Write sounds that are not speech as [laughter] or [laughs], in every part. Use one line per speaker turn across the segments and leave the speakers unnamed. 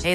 Hey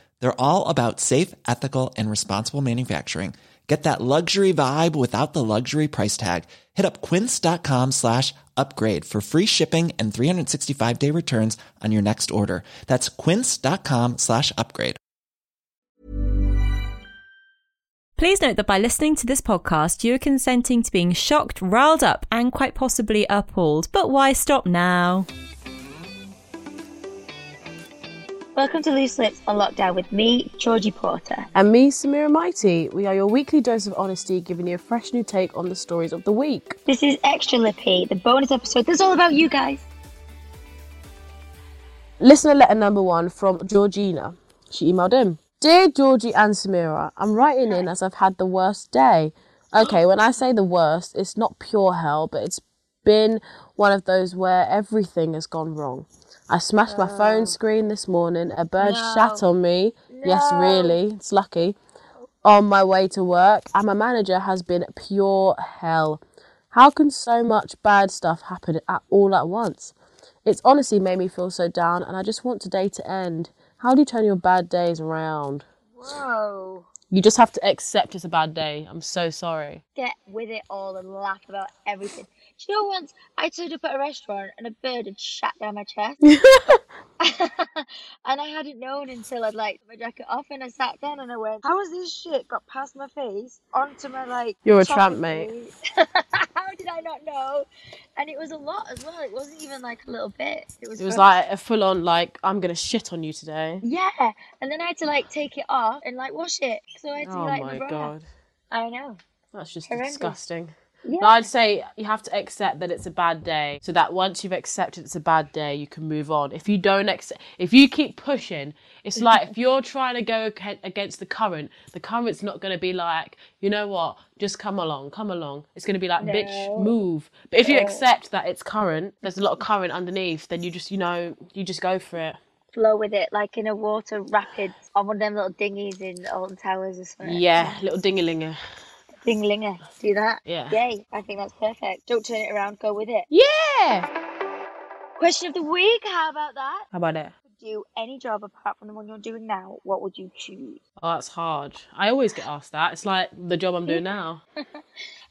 They're all about safe, ethical, and responsible manufacturing. Get that luxury vibe without the luxury price tag. Hit up quince.com slash upgrade for free shipping and 365-day returns on your next order. That's quince.com slash upgrade.
Please note that by listening to this podcast, you are consenting to being shocked, riled up, and quite possibly appalled. But why stop now?
Welcome to Loose Lips on Lockdown with me, Georgie Porter.
And me, Samira Mighty. We are your weekly dose of honesty, giving you a fresh new take on the stories of the week.
This is Extra Lippy, the bonus episode that's all about you guys.
Listener letter number one from Georgina. She emailed in Dear Georgie and Samira, I'm writing in as I've had the worst day. Okay, when I say the worst, it's not pure hell, but it's been one of those where everything has gone wrong. I smashed my phone screen this morning. A bird shat on me. Yes, really. It's lucky. On my way to work, and my manager has been pure hell. How can so much bad stuff happen at all at once? It's honestly made me feel so down, and I just want today to end. How do you turn your bad days around?
Whoa.
You just have to accept it's a bad day. I'm so sorry.
Get with it all and laugh about everything. Do you know once I turned up at a restaurant and a bird had shat down my chest?
[laughs]
[laughs] and I hadn't known until I'd like put my jacket off and I sat down and I went, How has this shit got past my face onto my like
You're a
top
tramp,
of
mate.
me?" [laughs] How did I not know? And it was a lot as well. It wasn't even like a little bit. It was,
It was
from-
like a full on, like, I'm going to shit on you today.
Yeah, and then I had to like take it off and like wash it. So I had to
Oh
like
my
bra.
god.
I know.
That's just
Horrendous.
disgusting.
Yeah.
But I'd say you have to accept that it's a bad day, so that once you've accepted it's a bad day, you can move on. If you don't accept, if you keep pushing, it's like if you're trying to go ag- against the current, the current's not going to be like, you know what, just come along, come along. It's going to be like,
No.
bitch, move. But if you accept that it's current, there's a lot of current underneath, then you just, you know, you just go for it.
Flow with it like in a water rapid on one of them little dinghies in Alton Towers or something.
Yeah, little dingalinger.
Dinglinger. Do that.
Yeah.
Yay. I think that's perfect. Don't turn it around, go with it.
Yeah.
Question of the week, how about that?
How about it?
Do any job apart from the one you're doing now, what would you choose?
Oh, that's hard. I always get asked that. It's like the job I'm doing now.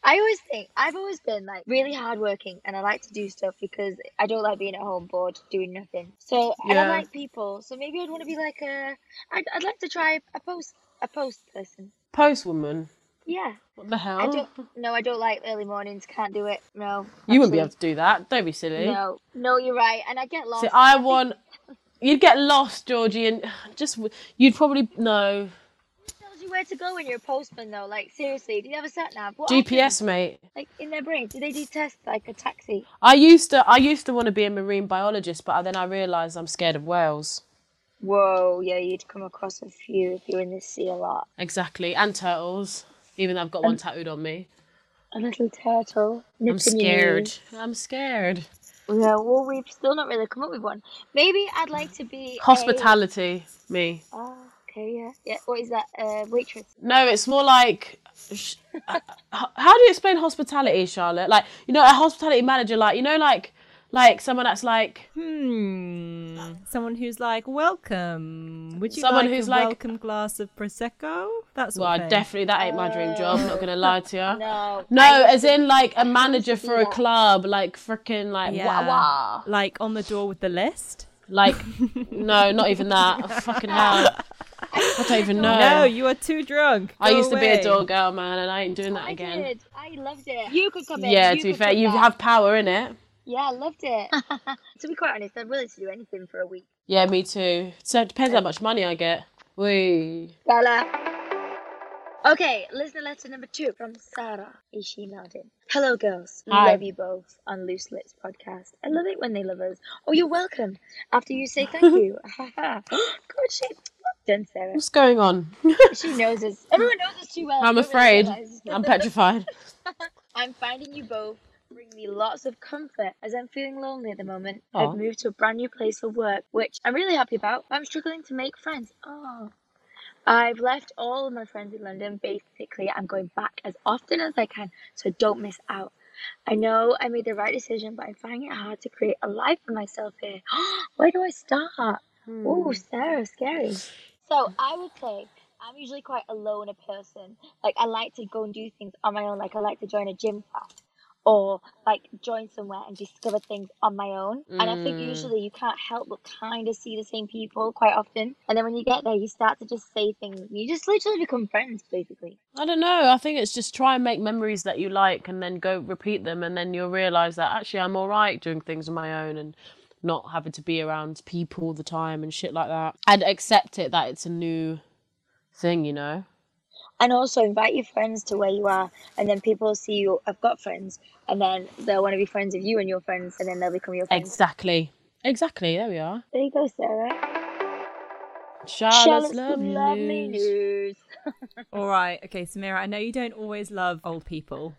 I always think I've always been like really hardworking, and I like to do stuff because I don't like being at home bored doing nothing. So and I
Yeah.
like people. So maybe I'd want to be like a. I'd, I'd like to try a post a post person.
Postwoman.
Yeah.
What the
I
hell?
don't. No, I don't like early mornings. Can't do it. No.
You wouldn't be able
actually,
to do that. Don't be silly.
No. No, you're right. And I get lost.
See, I
think-
want. You'd get lost, Georgie, and just you'd probably no
Who tells you where to go when you're a postman though? Like seriously, do you have a sat nav? What
GPS, mate.
happens? Like in their brain, do they detest like a taxi?
I used to. I used to want to be a marine biologist, but then I realised I'm scared of whales.
Whoa. Yeah, you'd come across a few if you're in the sea a lot.
Exactly, and turtles. Even though I've got one tattooed on me,
A little turtle.
I'm
nipping your knee.
scared. I'm scared.
Yeah, well, we've still not really come up with one. Maybe I'd like to be a-
Hospitality, me.
Oh, okay, yeah, yeah. What is that? Uh, waitress.
No, it's more like. sh- uh, How do you explain hospitality, Charlotte? Like you know, a hospitality manager, like you know, like like someone that's like
Hmm. Someone who's like, welcome. Would you
Someone
like
who's
a
like-
welcome glass of prosecco? That's
Well,
what. thing.
definitely that ain't my dream job. Not gonna lie to you.
[laughs] No.
No, as in like a manager for a
that.
club, like freaking like wah
Yeah.
wah.
Like on the door with the list.
[laughs]
Like no, not even that. Fucking hell. I don't even know.
No, you are too drunk.
Oh. I
Go
used to be a
away.
door girl, man, and I ain't doing that
I
again.
did. I loved it. You could come in.
Yeah,
you
to be
could
fair,
come
you
back.
have power in it.
Yeah, I loved [laughs] it. to be quite honest, I'm willing to do anything for a week.
Yeah, me too. So it depends how much money I get. We.
Bella. Okay, listener letter number two from Sarah. Is she nodding? Hello, girls. We
Hi.
love you both on Loose Lips podcast. I love it when they love us. Oh, you're welcome. After you say
[laughs]
thank you. [laughs] God, she well done, Sarah.
What's going on?
She knows us. Everyone knows us too well.
[laughs] I'm
Everyone
afraid.
realises.
I'm petrified.
I'm finding you both bring me lots of comfort as I'm feeling lonely at the moment.
Aw.
I've moved to a brand new place for work, which I'm really happy about. but I'm struggling to make friends. Oh. I've left all of my friends in London. Basically, I'm going back as often as I can, so don't miss out. I know I made the right decision, but I'm finding it hard to create a life for myself here. [gasps] Where do I start? Oh, Sarah, scary. So I would say I'm usually quite a loner person. Like I like to go and do things on my own. Like I like to join a gym class or like join somewhere and discover things on my own. And I think usually you can't help but kind of see the same people quite often. And then when you get there, you start to just say things. You just literally become friends, basically.
[laughs] I don't know. I think it's just try and make memories that you like and then go repeat them, and then you'll realize that actually I'm all right doing things on my own and not having to be around people all the time and shit like that. And accept it that it's a new thing, you know?
And also invite your friends to where you are, and then people will see you. I've got friends, and then they'll want to be friends with you and your friends, and then they'll become your friends.
Exactly. Exactly. There we are.
There you go, Sarah.
Charlotte's
Charlotte's
love,
love me
news.
news.
All right. Okay, Samira, I know you don't always love old people,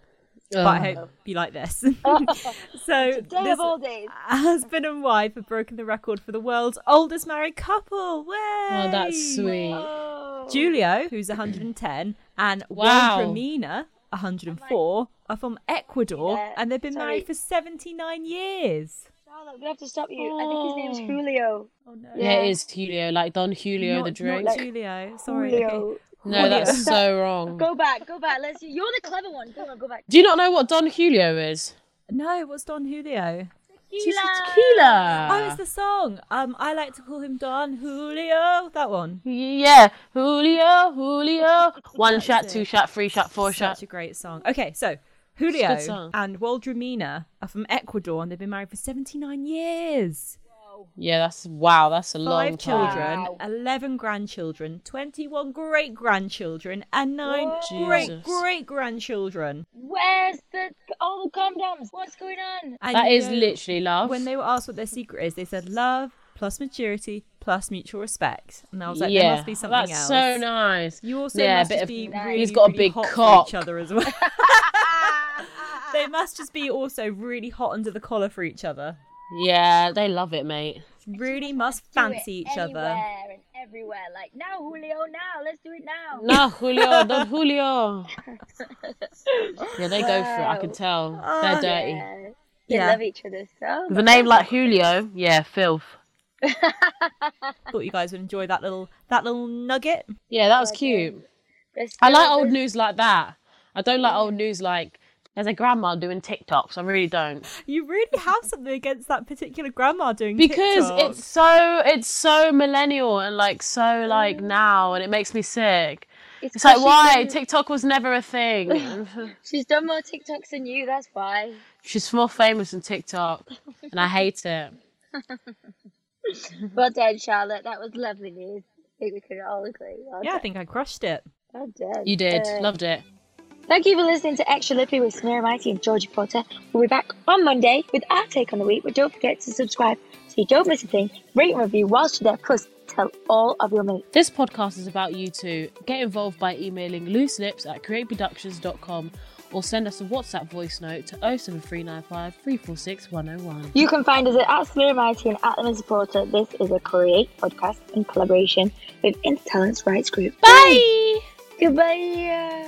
Ugh.
but I hope you like
[laughs]
this. [laughs] so,
Day
this
of all days.
husband and wife have broken the record for the world's oldest married couple. Way!
Oh, that's sweet.
Oh. Julio, who's 110, and
Wow.
Juan Romina, 104, are from Ecuador,
Yeah,
and they've been
sorry.
married for 79 years.
Charlotte, we have to stop you. I think his name's Julio.
Oh no.
Yeah, it is Julio, like Don Julio
not,
the drink.
Not Julio. Sorry. okay.
Julio.
no, that's
Julio.
[laughs] so wrong.
Go back, go back. Let's. You're the clever one. Go on, go back.
Do you not know what Don Julio is?
No, what's Don Julio?
It's tequila.
Oh, it's the song. Um, I like to call him Don Julio. That one.
Yeah, Julio, Julio. One shot,
it.
two shot, three shot, four shot.
Such a great song. Okay, so Julio
song.
and Waldramina are from Ecuador, and they've been married for 79 years.
Yeah, that's wow. That's a
Five
long time.
children, 11 grandchildren, 21 great grandchildren, and nine
Whoa.
great
Jesus.
great grandchildren.
Where's the all the condoms? What's going on?
And
That
you
is
know,
literally love.
When they were asked what their secret is, they said love plus maturity plus mutual respect. And I was like,
yeah,
there must be something
that's
else.
so nice.
You also
yeah,
must
a bit
just
of,
be really,
he's got a
really
big
hot
cock.
for each other as well. [laughs] they must just be also really hot under the collar for each other.
Yeah, they love
[laughs]
it, mate.
Really must
Do it
fancy each other.
anywhere and everywhere. Like now, Julio. Now, let's do it now.
No, Julio, Don Julio. Yeah, they go for it. I can tell. They're dirty.
Yeah. They
Oh, Yeah.
love each other so.
With a name like Julio, yeah, filth.
Thought you guys would enjoy that little that little nugget.
Yeah, that was cute.
much.
I like old news like that. I don't like old news like there's a grandma doing TikToks. I really don't
You really have something against that particular grandma doing
because
TikToks.
it's so it's so millennial and like so like now, and it makes me sick. It's, like
'cause
why
she's done,
TikTok was never a thing.
she's done more TikToks than you. That's why.
She's more famous than TikTok, and I hate it.
Well done, Charlotte. That was lovely news. I think we could all agree. Well
yeah, I
done.
think I crushed it.
Well done.
You did,
Uh,
loved it.
Thank you for listening to Extra Lippy with Samira Mighty and Georgie Potter. We'll be back on Monday with our take on the week, but don't forget to subscribe so you don't miss a thing. Rate and review whilst you're there, plus tell all of your mates.
This podcast is about you too. Get involved by emailing looselips at createproductions.com or send us a WhatsApp voice note to 07395 346 101.
You can find us at, at Samira Mighty and at The Missy Porter. This is a Create podcast in collaboration with Intertalents Rights Group.
Bye.
Goodbye.